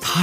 他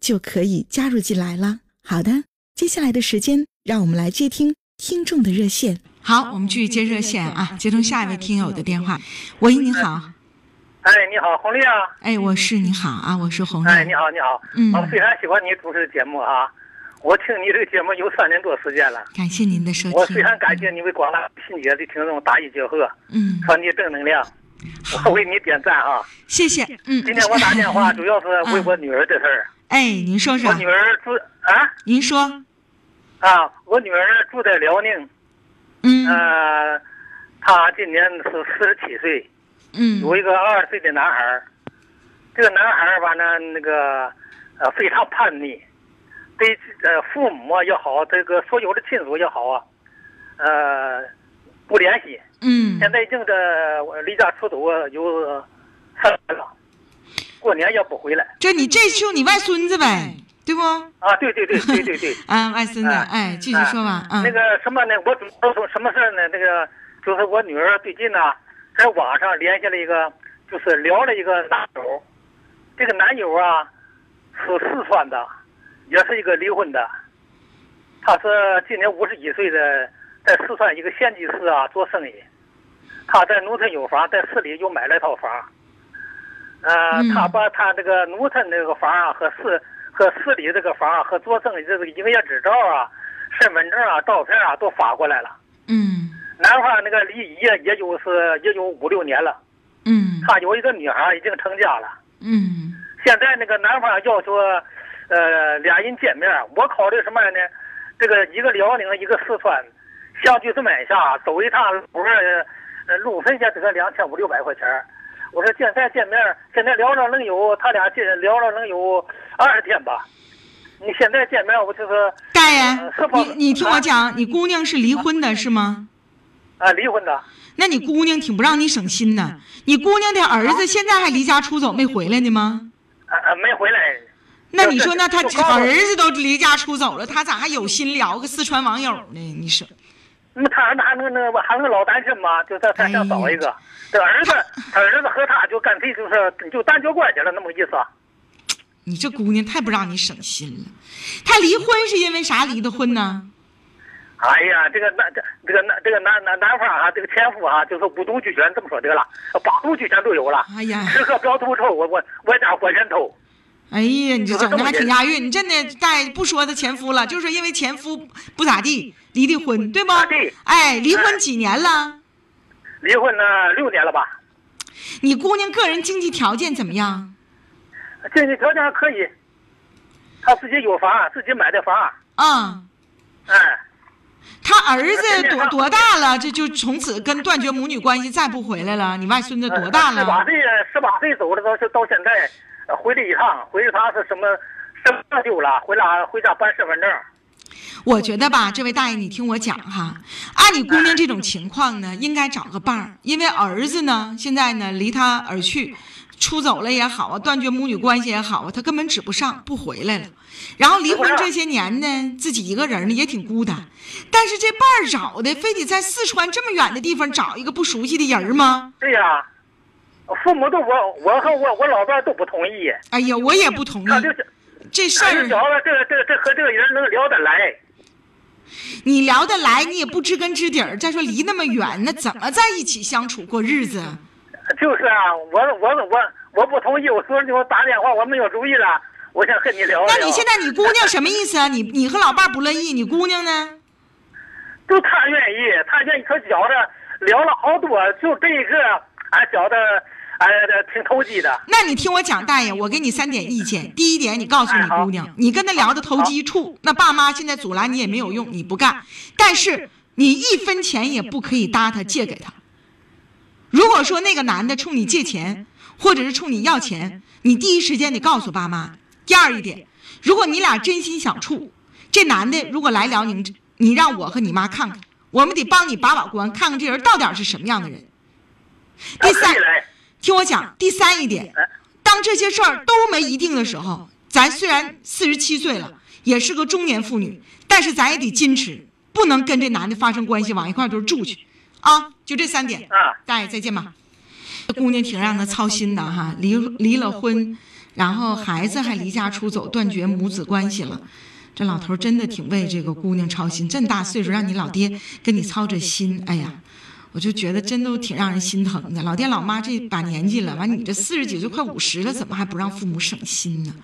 就可以加入进来了。好的，接下来的时间，让我们来接听听众的热线。好，我们去接热线啊，接通下一位听友的电话。喂，你好，哎，你好，红丽啊！哎，我是你好啊，我是红哎，瑞你，好，你好，嗯我非常喜欢你主持的节目啊！我听你这个节目有三年多时间了，感谢您的收我听非，常感谢你为广大新节的听众答疑解惑，嗯，传递正能量，我为你点赞啊！谢谢，嗯，今天我打电话主要是为我女儿的事儿，哎，您说说我，女儿住啊您说，啊，我女儿住在辽宁，嗯呃，她今年是四十七岁，有嗯一个二十岁的男孩儿，这个男孩儿吧呢，那个呃非常叛逆，对呃父母啊也好，这个所有的亲属也好啊，呃不联系。嗯现在已经这我离家出走啊有三年了，过年也不回来这你这就是你外孙子呗，对不？啊！对对对对对对。啊，外孙子，哎哎，继续说吧，嗯那，个什么呢？我主要说什么事儿呢？那个就是我女儿最近呢、在网上联系了一个，就是聊了一个男友，这个男友啊是四川的，也是一个离婚的，他是今年五十一岁的，在四川一个县级市啊做生意，他在农村有房，在市里又买了一套房，呃，嗯他把他这个农村这个房啊和市和市里这个房啊和做生意这个营业执照啊、身份证啊、照片啊都发过来了。嗯男方那个离异也有是也有五六年了，嗯他有一个女孩已经成家了。嗯现在那个男方要求，呃，俩人见面，我考虑什么呢？这个一个辽宁，一个四川，相距这么远下，走一趟不是，呃，路费也得两千五六百块钱儿。我说现在见面，现在聊了能有他俩见聊了能有二十天吧。你现在见面，我就是大呃是不爷，你你听我讲，你姑娘是离婚的是吗？啊、离婚的。那你姑娘挺不让你省心呢。你姑娘的儿子现在还离家出走没回来呢吗？啊啊，没回来。那你说，那他就告诉我儿子都离家出走了，他咋还有心聊个四川网友呢？你说，那么他那还能那还能老单身吗？就再再想找一个，这儿子，他儿子和他就干脆就是就单交关系了，那么个意思啊。你这姑娘太不让你省心了。他离婚是因为啥离的婚呢？哎呀，这个男这这个男这个男男男方啊，这个前夫啊，就是五毒俱全，这么说得了，八毒俱全都有了。哎呀吃喝嫖赌抽，我我我家火人头。哎呀，你这嗯整的还挺押韵。你真的大爷不说他前夫了，就是因为前夫不咋地离的婚，对吗啊对？哎，离婚几年了？离婚呢六年了吧？你姑娘个人经济条件怎么样？经济条件还可以，他自己有房，自己买的房，啊、哎，他儿子多多大了？这就从此跟断绝母女关系，再不回来了。你外孙子多大十八了？岁，十八岁走了，到到现在呃回来一趟，回来他是什么身份证丢了，回来回家办身份证。我觉得吧，这位大爷，你听我讲哈，按你姑娘这种情况呢，应该找个伴儿，因为儿子呢，现在呢离她而去，出走了也好啊，断绝母女关系也好啊，他根本指不上，不回来了。然后离婚这些年呢，自己一个人呢也挺孤单，但是这伴儿找的，非得在四川这么远的地方找一个不熟悉的人儿吗？对呀、父母都我我和我我老伴儿都不同意，哎呀，我也不同他就意这事他就儿。觉得这个这个这和这个人能聊得来。你聊得来，你也不知根知底儿。再说离那么远，那怎么在一起相处过日子？啊就是啊，我我我我不同意，我昨天给我打电话，我没有主意了。我想和你聊聊。那你现在你姑娘什么意思啊？你你和老伴儿不乐意，你姑娘呢？就他愿意，他愿意，他觉着聊了好多，就这一个，俺觉着俺挺投机的。那你听我讲，大爷，我给你三点意见。第一点，你告诉你姑娘，你跟她聊的投机处，那爸妈现在阻拦你也没有用，你不干。但是你一分钱也不可以搭他借给他。如果说那个男的冲你借钱，或者是冲你要钱，你第一时间得告诉爸妈。第二一点，如果你俩真心想处，这男的如果来辽宁，你让我和你妈看看，我们得帮你把把关，看看这人到底是什么样的人。第三，听我讲，第三一点，当这些事儿都没一定的时候，咱虽然四十七岁了，也是个中年妇女，但是咱也得矜持，不能跟这男的发生关系，往一块儿就住去，啊，就这三点。大爷再见吧。姑娘挺让他操心的哈，离离了婚，然后孩子还离家出走，断绝母子关系了。这老头真的挺为这个姑娘操心，这么大岁数让你老爹跟你操着心，哎呀，我就觉得真都挺让人心疼的。老爹老妈这把年纪了，完你这四十几岁快五十了，怎么还不让父母省心呢？